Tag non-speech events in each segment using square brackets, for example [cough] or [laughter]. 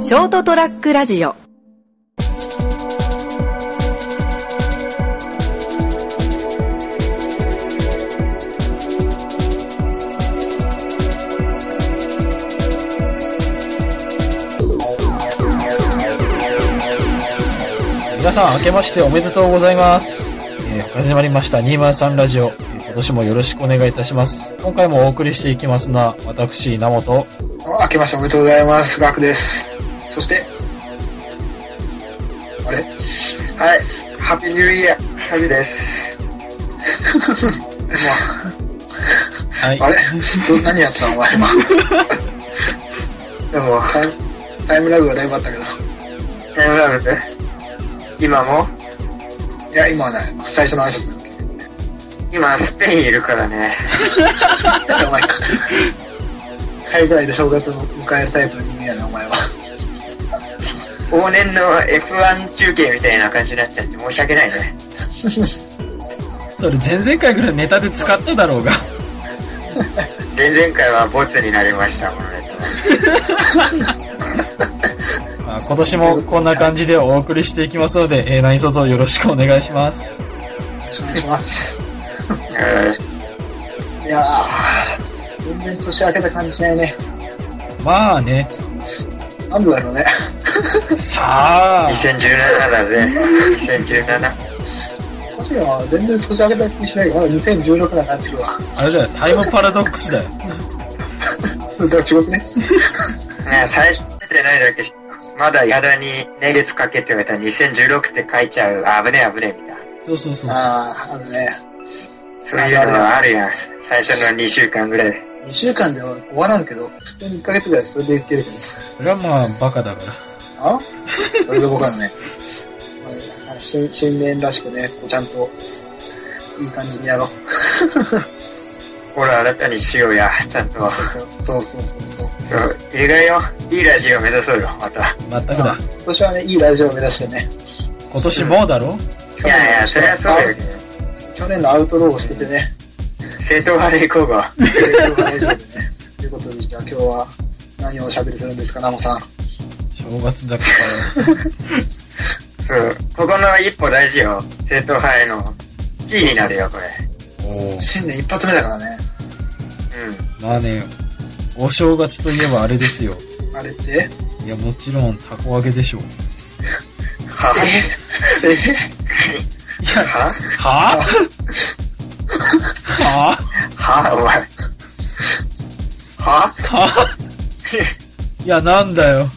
ショートトラックラジオ皆さん、明けましておめでとうございます。えー始まりました203ラジオ、えー今年もよろしくお願いいたします。今回もお送りしていきますのは、私、稲本。明けましておめでとうございます。ガクです。そして、あれはい。ハッピーニューイヤー。ハッピーです。はい。あれど何やってたのお前今。 [laughs] でも、タイムタイムラグがだいぶあったけど。タイムラグで、今も、いや、今はない。最初の挨拶だ今スペインいるからね。け。だってお [laughs] 前、海外で正月を迎えるタイプの人間やな、お前は。往年の F1 中継みたいな感じになっちゃって申し訳ないね。それ、前々回ぐらいネタで使っただろうが。 [laughs] 前々回はボツになりました、このネまあ今年もこんな感じでお送りしていきますので、えー何卒よろしくお願いします。お願 [laughs] いします。タは。うんいやー、全然年明けた感じしないね。まあね、なんでだろうね。 [laughs] さあ、 2017だぜ。2017。もちろん、全然年明けた気しないけど、まだ2016な感じは。あれだよ、タイムパラドックスだよ。だから地獄ね。ね最初出てないだけ、まだやだに年月かけてみたら2016って書いちゃう。あ危ねえ危ねえ、みたいな。そうそうそう。ああ、あのね、そういうのはあるやん。最初の2週間ぐらいで。 2週間で終わらんけど、普通に1ヶ月ぐらいそれでいけるけど。それはまあ、バカだから。あそれで僕はね、まあ新新年らしくね、こうちゃんと、いい感じにやろう。ほら、新たにしようや。ちゃんと。そうそうそうそう。そう、映画よ。いいラジオ目指そうよ、また。まったくだ。今年はね、いいラジオを目指してね、今年もだろいやいや、そりゃそうよ。去年のアウトローを捨てて [laughs] ね、正統派で行こうが。成長が大丈夫でね。ということで、じゃあ今日は何をおしゃべりするんですか、ナモさん。正月だから。そう。ここの一歩大事よ。正統派へのキーになるよ、これ。 [laughs] おー新年一発目だからね、うまあね、お正月といえばあれですよ。あれって、えいや、もちろん、たこ揚げでしょう。いん。はや、ははぁ [laughs] はぁはお前。ははぁいや、なんだよ。も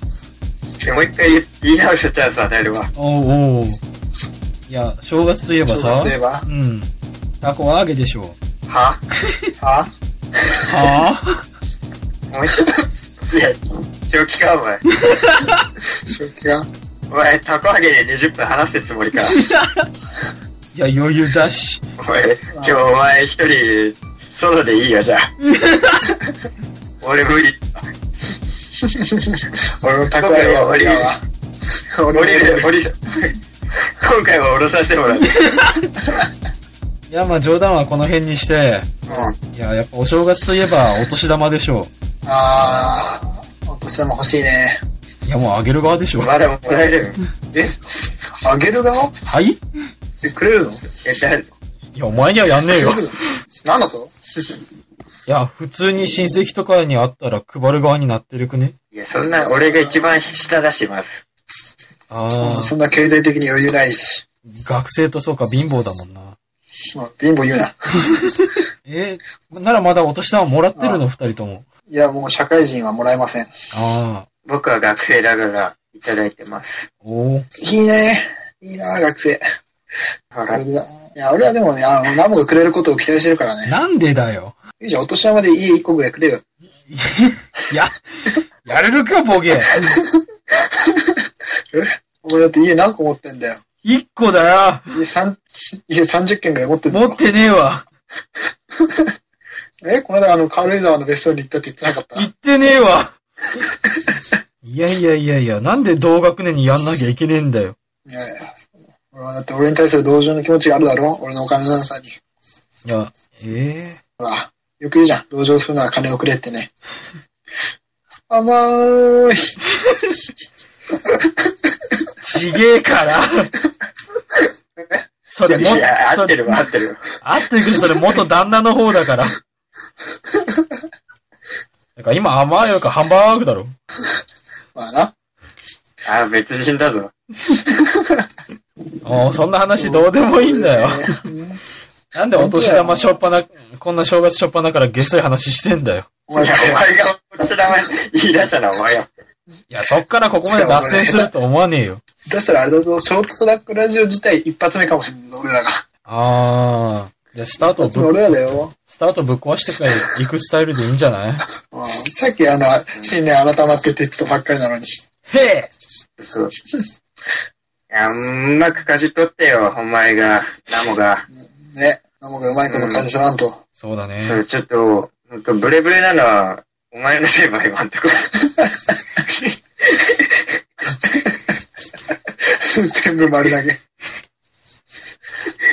う一回言い直したチャンス与えるわ。おうおういや、正月といえばさ正月といえば、うん。たこ揚げでしょう。はあはぁもう一回。いや、正気か、お前。正気がお前、たこ揚げで20分話すつもり [laughs] いか。や、余裕だし。お前、今日お前一人、ソロでいいよ、じゃあ。俺無理。俺の高いは俺は。降りる、降りる。今回は降ろさせてもらう。いや、まあ冗談はこの辺にして、うん。いや、やっぱお正月といえば、お年玉でしょあー、お年玉欲しいね。う。いや、もうあげる側でしょう。まだもらえるよ。えあげる側っはいいてくれるのえ、だ、や、お前にはやんねえよ。なんだといや、普通に親戚とかに会ったら配る側になってるくね。いや、そんな、俺が一番下だし、まず。あそんな経済的に余裕ないし。ー、学生とそうか貧乏だもんな。まあ貧乏言うな。えーならまだお年玉もらってるの、二人とも。いや、もう社会人はもらえません。あ僕は学生だから、いただいてます。ー、おー。いいね。いいな、学生。ほら、いや、俺はでもね、あの、ナムがくれることを期待してるからね。なんでだよ。いいじゃん、お年玉で家一個ぐらいくれよ。や、やれるか、ボケ。俺だって家何個持ってんだよ。一個だ家三、家30件ぐらい持ってんよ。だ持よっ。てねえわ。え、この間あの、軽井沢の別荘に行ったって言ってなかった言ってねえわ。いやいやいやいや、なんで同学年にやんなきゃいけねえんだよ。いやいや。俺はだって俺に対する同情の気持ちがあるだろ俺のお金のなさに。いや、えほら、よく言うじゃん。同情するなら金をくれってね。甘ーい。ちげえから。 [laughs] それも、いや、合そってれる、わ、合ってるわ。合ってるけど、それ元旦那の方だから。だから今甘いよかハンバーグだろ。まあな。あ、別人だぞ。もうそんな話どうでもいいんだよ。うんなんでお年玉しょっぱな、こんな正月しょっぱなからゲスい話してんだよ。おいや、お前前がこちらま言い出したのはお前や。いや、そっからここまで脱線すると思わねえよ。だったらあれだぞ、ショートトラックラジオ自体一発目かもしれないぞ、俺らが。あー。じゃあスタート一を発目ぶっ、俺らだよ。スタートぶっ壊してから行くスタイルでいいんじゃないうんさっきあの、新年改まってって言ってたばっかりなのに。へえそう。いや、うまく舵取ってよ、お前が、ナモが。ね。なんかうまいこと感じらんと。そうだね。そう、ちょっと、なんかブレブレなのは、お前のせいば今んとこ。全部丸投げ。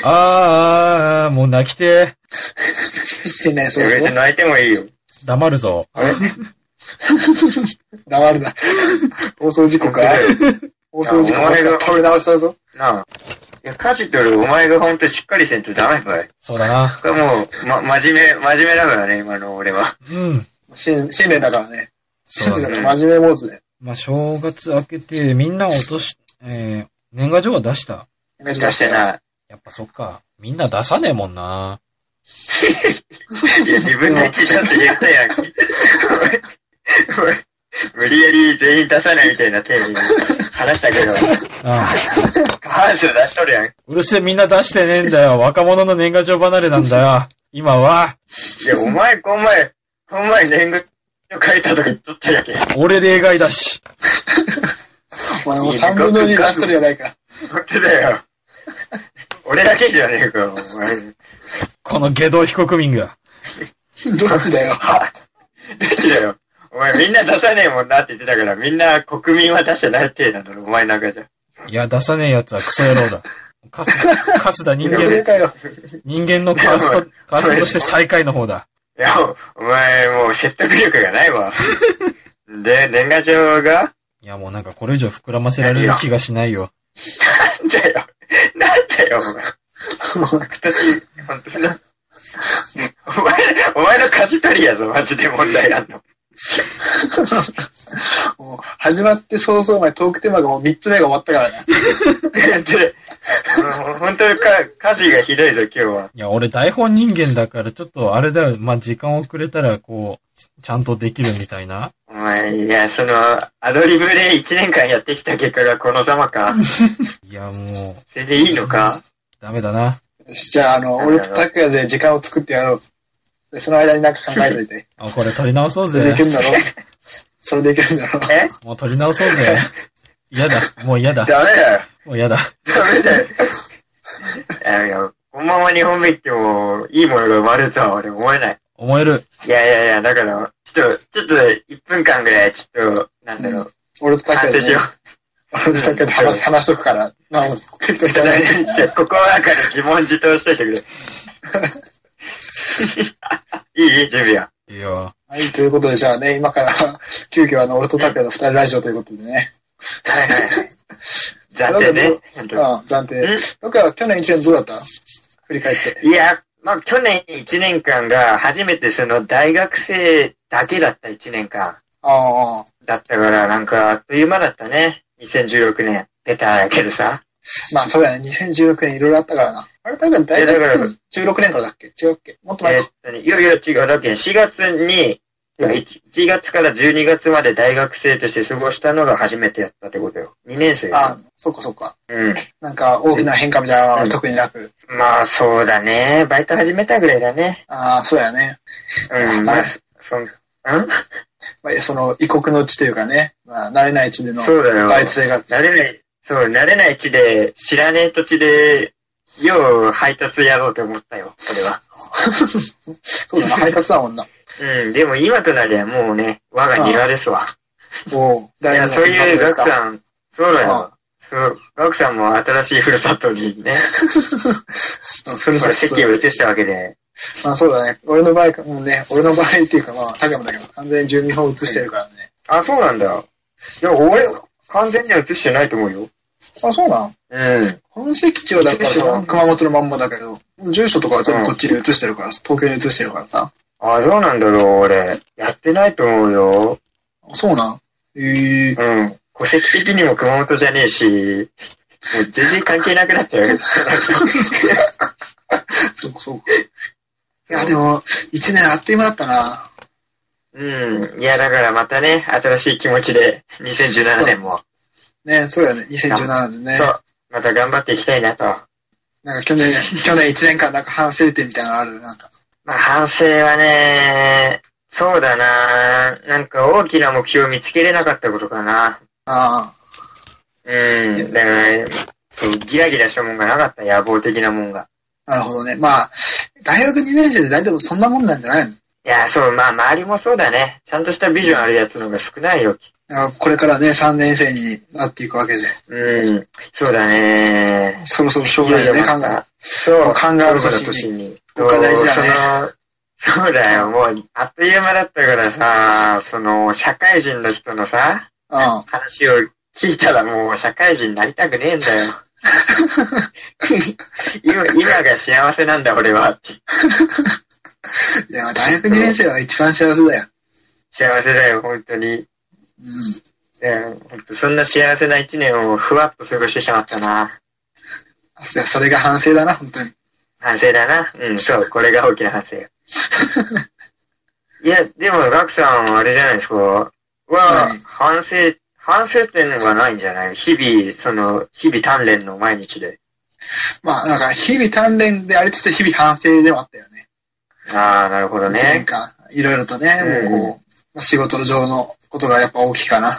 あーあーあー、もう泣きて新年そう別そに泣いてもいいよ。ー、黙るぞ。う。黙るな。放送事故か。放送事故もしか取り直しだぞ。なあ。いや、舵取るお前がほんとしっかりせんとダメばい。そうだな。これもう、ま、真面目、真面目だからね、今の俺は。うん。新新年だからね。新そう年だだねから真面目モードで。まあ、正月明けて、みんな落とし、えー、年賀状は出した。お願い出しましすてな。やっぱそっか。みんな出さねえもんな。いや、2分の1だって言ったやん。 [laughs] お前無理やり全員出さないみたいな手に話したけど、あ過半数出しとるやん。いうるせえみんな出してねえんだよ。若者の年賀状離れなんだよ。今は、や、お前、こん前、こん前年賀状書いたとか言っとったやんけ。俺例外だし。お前もう3分の2出してるやないか。本当だよ。俺だけじゃねえか、お前。この下道被告民が。どっちだよ。はだけだよ。お前みんな出さねえもんなって言ってたから、みんな国民は出してないってなんだろ、お前なんかじゃ。いや、出さねえ奴はクソ野郎だ。カス、カスだ人これ間、かよ。人間のカースト、カーストとして最下位の方だ。いや、お前もう説得力がないわ。で、年賀状がいや、もうなんかこれ以上膨らませられる気がしないよ。なんだよ。なんだよ、お前。私、本当に。お前、お前の舵取りやぞ、マジで問題あんの。もう始まって早々前トークテーマがもう3つ目が終わったからね。で、もう本当にか、家事がひどいぞ、今日は。いや、俺台本人間だから、ちょっとあれだよ。まあ、時間遅れたら、こう、ちちゃんとできるみたいな。お前、いや、その、アドリブで1年間やってきた結果がこのざまか。いや、もう、それでいいのかダメだな。よしじゃあ、あの、俺と拓也で時間を作ってやろう。で、その間になんか考えといて。あ、これ撮り直そうそれでいぜ [laughs] け。るんだろうそれでいけるんだろうえもう撮り直そうぜ。嫌だ。もう嫌だ。ダメだよ。もう嫌だ。ダメだよ。ダメだよ。このまま日本目行っても、いいものが生まれるとは俺思えない。思える。いやいやいや、だから、ちょっと、ちょっと、1分間ぐらい、ちょっと、なんだろう、俺と拓反省也しでよね、 [laughs] 俺と拓也で話話しとくから、まあ、適当にう。考えていやここはなんか自問自答しといて [laughs] くれ。いいいい準備は。いいよ。はい、ということで、じゃあね、今から、急遽あの、俺と拓也の二人ラジオということでね。はいはいはい。暫定ね。本う当んに、暫定え。拓也は去年一年どうだった振り返って。いや、まあ、去年1年間が初めてその大学生だけだった1年間ああ、だったから、なんかあっという間だったね。2016年出たけどさ。まあそうやね、2016年いろいろあったからな。あれ、拓也大いやだから学16年からだっけ違うっけもっと前えかーっとね、いやいや違う、だけど4月に、1, 月から12月まで大学生として過ごしたのが初めてやったってことよ。2年生あよ。、そっかそっか。うん。なんか大きな変化みたいなのは特になく。まあそうだね。バイト始めたぐらいだね。ああ、そうやね。うん。まあ、そそん、んまあ、その異国の地というかね、まあ、慣れない地でのそうだよ。バイト生活。慣れない、そう、慣れない地で、知らねえ土地で、よう配達やろうと思ったよ、そそうだな、配達だ [laughs] もんな。れは。うん、でも今となりゃもうね、我が庭ですわ。おう、いや、そういうです学か。さん、そうだあよ。そう、学さんも新しいふるさとにね、 [laughs] ふるこされと席を移したわけで。まあそうだね。俺の場合か、もうね、俺の場合っていうかまあ、高山だけど、完全に住民法移してるからね。あ、そうなんだ。いや、俺、完全には移してないと思うよ。あ、そうなんうん。本籍地はだからさ熊本のまんまだけど、住所とかは全部こっちに移してるからさ、東京に移してるからさ。あ、どうなんだろう、俺。やってないと思うよ。あそうなんええ [laughs] うん。戸籍的にも熊本じゃねえし、もう全然関係なくなっちゃう。そうかそうか。いや、でも、一年あっという間だったな。 [laughs] うん。いや、だからまたね、新しい気持ちで、2017年も、ね、そうだよね。2017年ねそ。う、また頑張っていきたいなと。なんか去年、去年一年間なんか反省点みたいなのある。なんか、まあ、反省はね、そうだな、なんか大きな目標を見つけれなかったことかな。あうん。だから、そう、ギラギラしたもんがなかった、野望的なもんが。あ、なるほどね。まあ、大学2年生で大体もそんなもんなんじゃないのいや、そう、まあ、周りもそうだね。ちゃんとしたビジョンあるやつの方が少ないよ。なんかこれからね、3年生になっていくわけで、うん。そうだね。そろそろ将来をね、考え、そう、考えるそうだ年年に。ここが大事だね。そうだよ、もう、あっという間だったからさ、その、社会人の人のさ、うん。話を聞いたらもう、社会人になりたくねえんだよ。 [laughs] 今、今が幸せなんだ、俺は。いや、大学2年生は一番幸せだよ。幸せだよ、本当に。うん。うん本当そんな幸せな一年をふわっと過ごしてしまったな。あそそれが反省だな、本当に。反省だな。うん、そう、これが大き [laughs] な反省。いや、でも、ガクさん、あれじゃないですか。は、はい反省、反省点はないんじゃない日々、その、日々鍛錬の毎日で。まあ、なんか、日々鍛錬でありつつ、日々反省でもあったよね。ああ、なるほど一年ね。間、いろいろとね、うんもうこう、まあ仕事上のことがやっぱ大きいかな。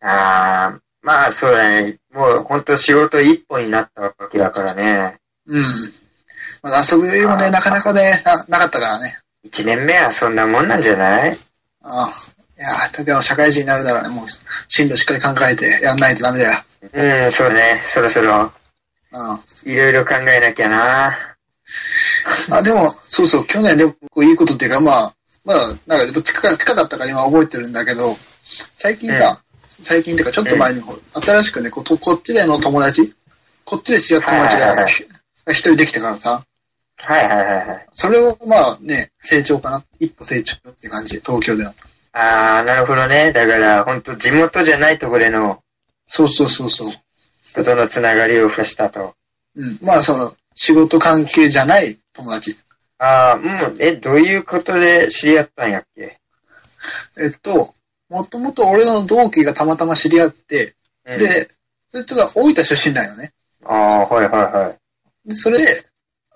ああ、まあ、そうだね。もう、本当仕事一本になったわけだからね。うん。まあ、遊ぶ余裕もあね、ーなかなかねな、なかったからね。一年目はそんなもんなんじゃないああ。いやー、だけど社会人になるならね、もう、進路しっかり考えてやんないとダメだよ。うん、そうね。そろそろ、うん。いろいろ考えなきゃな。あ、でも、そうそう、去年でもこういいことっていうか、まあ、まあ、なんかやっぱ近か近かったから今覚えてるんだけど、最近うさ、最近っていうかちょっと前にこう、新しくねこうと、こっちでの友達、こっちで知り合った友達はいはいがはいひ一人できてからさ、はいはいはいはい。それをまあね、成長かな。一歩成長って感じ、東京での。ああ、なるほどね。だから、本当地元じゃないところでのそうそうそうそう。人とのつながりを増やしたと。うん。まあその、仕事関係じゃない友達。ああ、もう、え、どういうことで知り合ったんやっけ、えっと、もともと俺の同期がたまたま知り合って、うん、、で、それとが大分出身なんよね。ああ、はいはいはい。で、それで、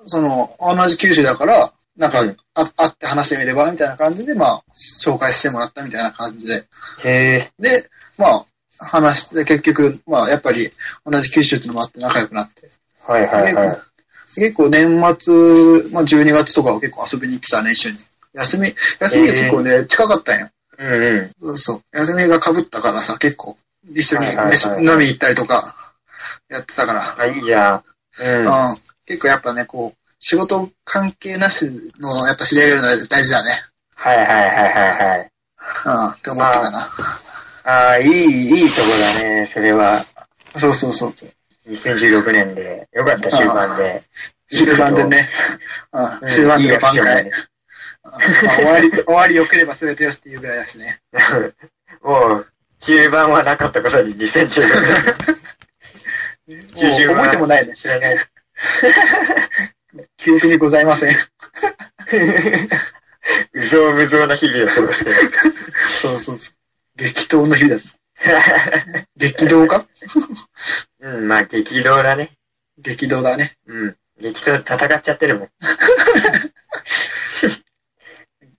その、同じ九州だから、なんか、うんあ会って話してみれば、みたいな感じで、まあ、紹介してもらったみたいな感じで。へえ、で、まあ、話して、結局、まあ、やっぱり、同じ九州っていうのもあって仲良くなって。はいはいはい。結構年末、まあ、12月とかは結構遊びに来たね、一緒に。休み、休みが結構ね、近かったんよ。うんうん。そうそう。休みが被ったからさ、結構、一緒にはいはいはい飯飲み行ったりとか、やってたから。あ、いいじゃん。うん。うん。結構やっぱね、こう、仕事関係なしの、やっぱ知り合いがいるのは大事だね。はいはいはいはいはい。うん。って思ったかな。ああ、いい、いいとこだね。それは、そうそうそうそう。 2016年で。よかった、終盤で。終盤でね。う。うんん。終盤での挽い回。いうんまあ終わり、 [laughs] 終わり良ければ全てよしっていうぐらいだしね。アクションだね。 [laughs] もう、中盤はなかったことに2016もう年。中盤覚えてもないね。知らない。記憶にございません。うぞうむぞうな日々を過ごして [laughs] る。そうそうそう。激闘の日々だ。激動かうん、まあ激動だね。激動だね。うん。激闘戦っちゃってるもん。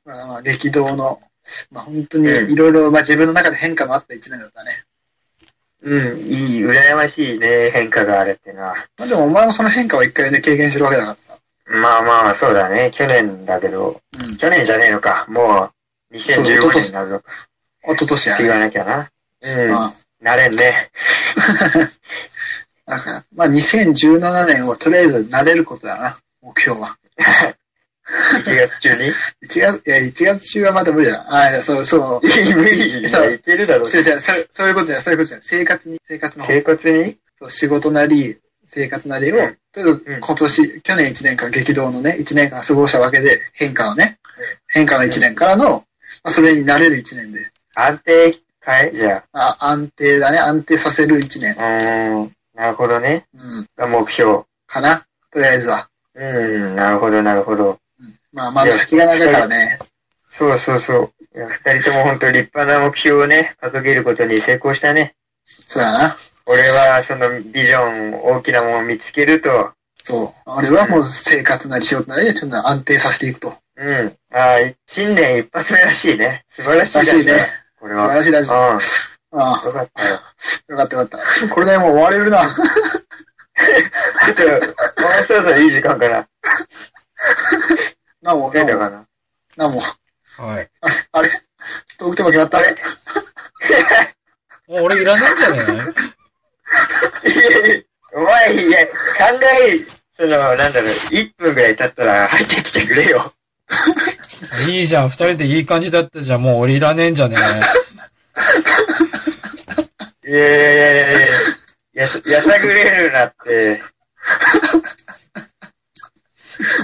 まあまあ、激動の、まあ本当にいろいろ、まあ自分の中で変化もあった一年だったね。うん、いい、羨ましいね、変化があるってのは。まあでもお前もその変化を一回ね、経験してるわけだからさ。まあまあ、そうだね。去年だけど、うん。去年じゃねえのか。もう、2015年になるぞ。一昨年や言ね。わなきゃな。うん。まあ、なれんね。なんか、まあ2017年をとりあえず慣れることだな、目標は。 1月中 [laughs] に1月、いや、1月中はまだ無理だ。ああ、そう、そう。無理にいけるだろう。違う違う、そうそういうことじゃない、そういうことじゃない。生活に、生活の方生活にそう仕事なり、生活なりを、うんとりあえず今年、去年1年間激動のね、1年間過ごしたわけで、変化をね、変化の1年からの、まあ、それに慣れる1年で、安定かいじゃあ安定だね、安定させる1年、あ。うーん。なるほどね。うん、が目標。かな、とりあえずは。うん。なるほど、なるほど。まあ、まだ先が長いからね。そうそうそう。いや二人とも本当立派な目標をね、掲げることに成功したね。そうだな。俺はそのビジョン、大きなものを見つけると、そう。俺はもう生活なり仕事なりで、ちょっと安定させていくと。うん。ああ、新年一発目らしいね。素晴らしいらラしジいオねだ。。これ素晴は。らしいラうん。ジオ。よああ、かったよ。よかったよかった。これでもう終われるな。ちょっと、もうそろそろいい時間かな。なお、出なたお、かな。なお、はい。あれトークテーマ決まったあれもう俺いらないんじゃないお前、いや、考え、その、なんだろう、1分ぐらい経ったら入ってきてくれよ。いいじゃん、二人でいい感じだったじゃん、もう俺いらねえんじゃねいやいやいやいやいや、やさやさぐれるなって。え。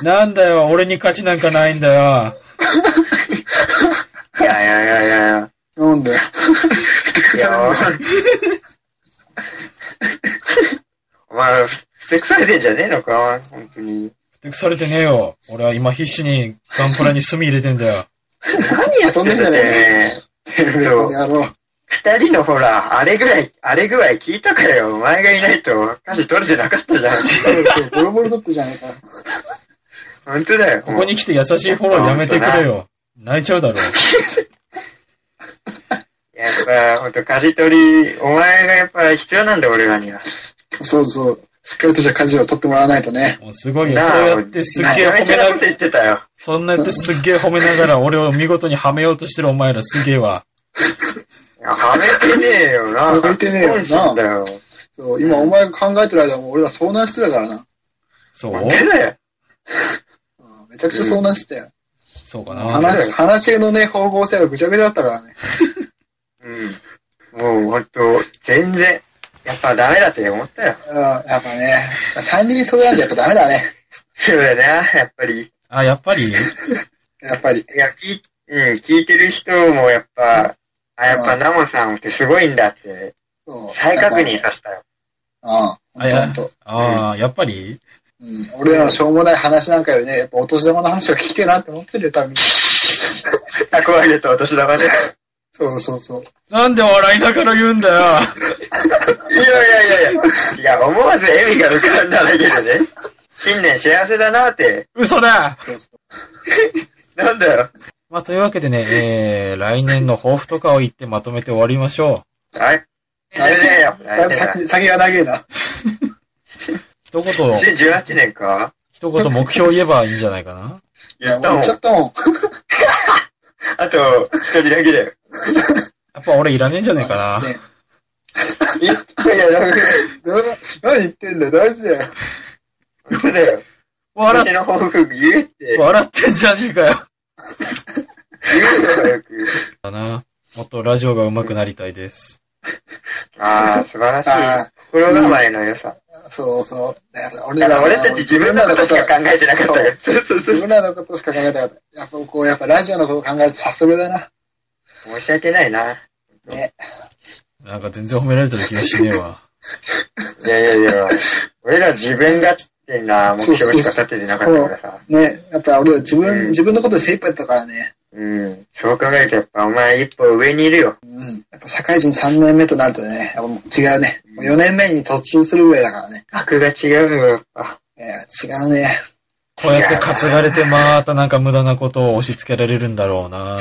なんだよ、俺に価値なんかないんだよ。いやいやいやいやなんだよ。いや。お前、ふてくされてんじゃねえのか本当に。ふてくされてねえよ。俺は今必死にガンプラに炭入れてんだよ。 [laughs] 何や、そんなんじゃねえ。そうやろう。二人のほら、あれぐらい、あれぐらい聞いたからよ。お前がいないと、歌詞取れてなかったじゃん。ボロボロだったじゃないか。本当だよ。ここに来て優しいフォローやめてくれよ。泣いちゃうだろ。やっぱ、ほんと、歌詞取り、お前がやっぱ必要なんだ、俺らには。そうそう。しっかりとした家事を取ってもらわないとね。もうすごいよ。なあそうやってすっげえめ褒ちゃめちめゃななこと言ってたよ。そんなやってすっげえ褒めながら俺を見事にはめようとしてるお前らすげえわ。いやはめてねえよな。はめてねえよな本心だよ。そう、今お前が考えてる間も俺ら遭難してたからな。そう本当だよ。うんめちゃくちゃ遭難してたよ。そうかんな。話、話のね、方向性がぐちゃぐちゃだったからね。うん。もう、ほんと、全然、やっぱダメだって思ったよ。うん、やっぱね、三人それなんてやっぱダメだね。そうだな、やっぱり。あ、やっぱりやっぱり。いや、聞い、うん、聞いてる人もやっぱ、あ、やっぱナモさんってすごいんだって、そう再確認させたよ。うん、ほんとほんと。ああ、やっぱりうん、俺らのしょうもない話なんかよりね、やっぱお年玉の話を聞きてえなって思ってるよ、多分。 [laughs] 蓄えるとお年玉で。いそうそうそう。なんで笑いながら言うんだよ。やいやいやいや、いや、思わず笑みが浮かんだだけでね。新年幸せだなって。嘘だそうそなんだよ。まあ、というわけでね、えー、来年の抱負とかを言ってまとめて終わりましょはい。う。それでよ。だいぶ先、先が長えな。う。一言、 2018年か一言目標を言えばいいんじゃないかな。いや、もうど言うもっちゃったもん。あと、一人だけだよ。やっぱ俺いらねえんじゃねえかな。ねいや、なんか、な何言ってんだよ、大事だよ。そうだよ。笑私の抱負言えって、っ、言笑ってんじゃねえかよ。うのがよく。だな。もっとラジオが上手くなりたいです。ああ、素晴らしいあ。心構えの良さ。そうそう。だから俺だかららは俺たち自分らのことしか考えてなかったから。そうそうそ自う。分らのことしか考えてなかった。やっぱこう、やっぱラジオのこと考えるとさすがだな。申し訳ないな。いなんか全然褒められてる気がしねえわ。やいやいや、俺ら自分勝手な目標しか立ててなかったからさ。ね、やっぱ俺ら自分、うん自分のことで精一杯だったからね。うん。そう考えるとやっぱお前一歩上にいるよ。うん。やっぱ社会人3年目となるとね、やっぱもう違うね。もう4年目に突進するぐらいだからね。格が違うよ、やっぱ。え違うね。こうやって担がれてまたなんか無駄なことを押し付けられるんだろうな。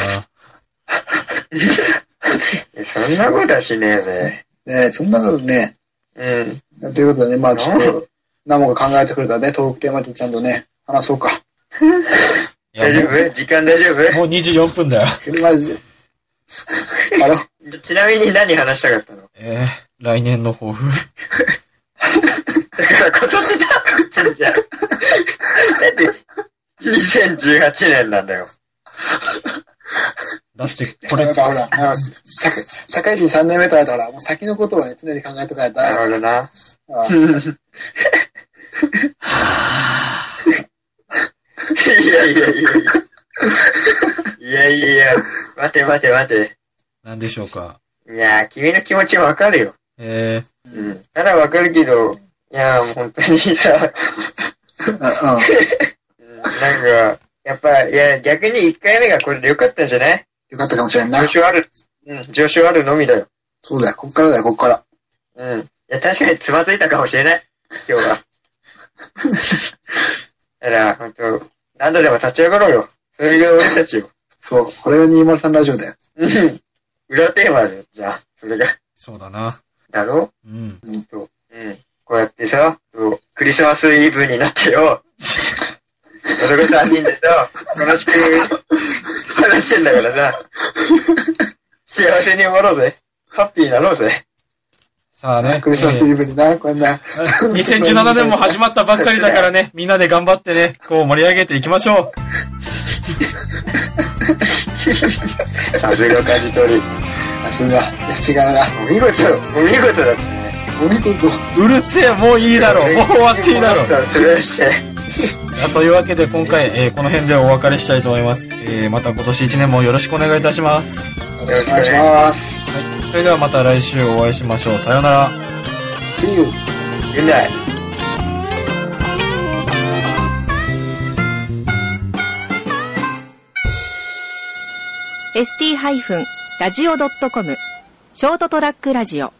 いやそんなことはしねえぜ。ねそんなことね。うん。ということでね、まあちょっなんと、ナモが考えてくれたね、トークテーマでちゃんとね、話そうか。い大丈やも夫時間大丈う、もう24分だよ。マジで。あれ夫ちなみに何話したかったのえー、来年の抱負。 [laughs] だから今年だじゃあだって、 2018年なんだよ。だって、ここれれ [laughs] やっ、ぱほら、あの社会社会人3年目からだから、もう先のことをね、常に考えておかないと。なるほ [laughs] どな。あいやいやいやいや。いやいやいや、待て待て待て。なんでしょうか。いやー、君の気持ちわかるよ。えー、うん。ならわかるけど、いやー、もう本当にさ、あうんうんなんか、やっぱ、いや、逆に1回目がこれでよかったんじゃないよかったかもしれんな上。昇ある、うん、上昇あるのみだよ。そうだよ、こっからだよ、こっから。うん。いや、確かにつまずいたかもしれない。今日は。だから、本当何度でも立ち上がろうよ。それが俺たちよ。そう、これが203ラジオだよ。うん。裏テーマだよ、じゃあ。それが。そうだな。だろうん。うん。こうやってさ、そうクリスマスイブになってよ。男3人でさ、楽しく話してんだからさ。幸せに終わろうぜ。ハッピーになろうぜ。さあね、クリスマスイブにな、こんな。えー2017年も始まったばっかりだからね、みんなで頑張ってね、こう盛り上げていきましょう。さすが舵取り。さすが。いや、違うな。お見事、お見事だったね。お見事。うるせえ、もういいだろう。もう終わっていいだろう。それして。あというわけで今回、えーこの辺でお別れしたいと思います。えーまた今年1年もよろしくお願いいたします。よろしくお願いします。それではまた来週お会いしましょう。さようなら。 See you. みんな、 ST-radio.com ショートトラックラジオ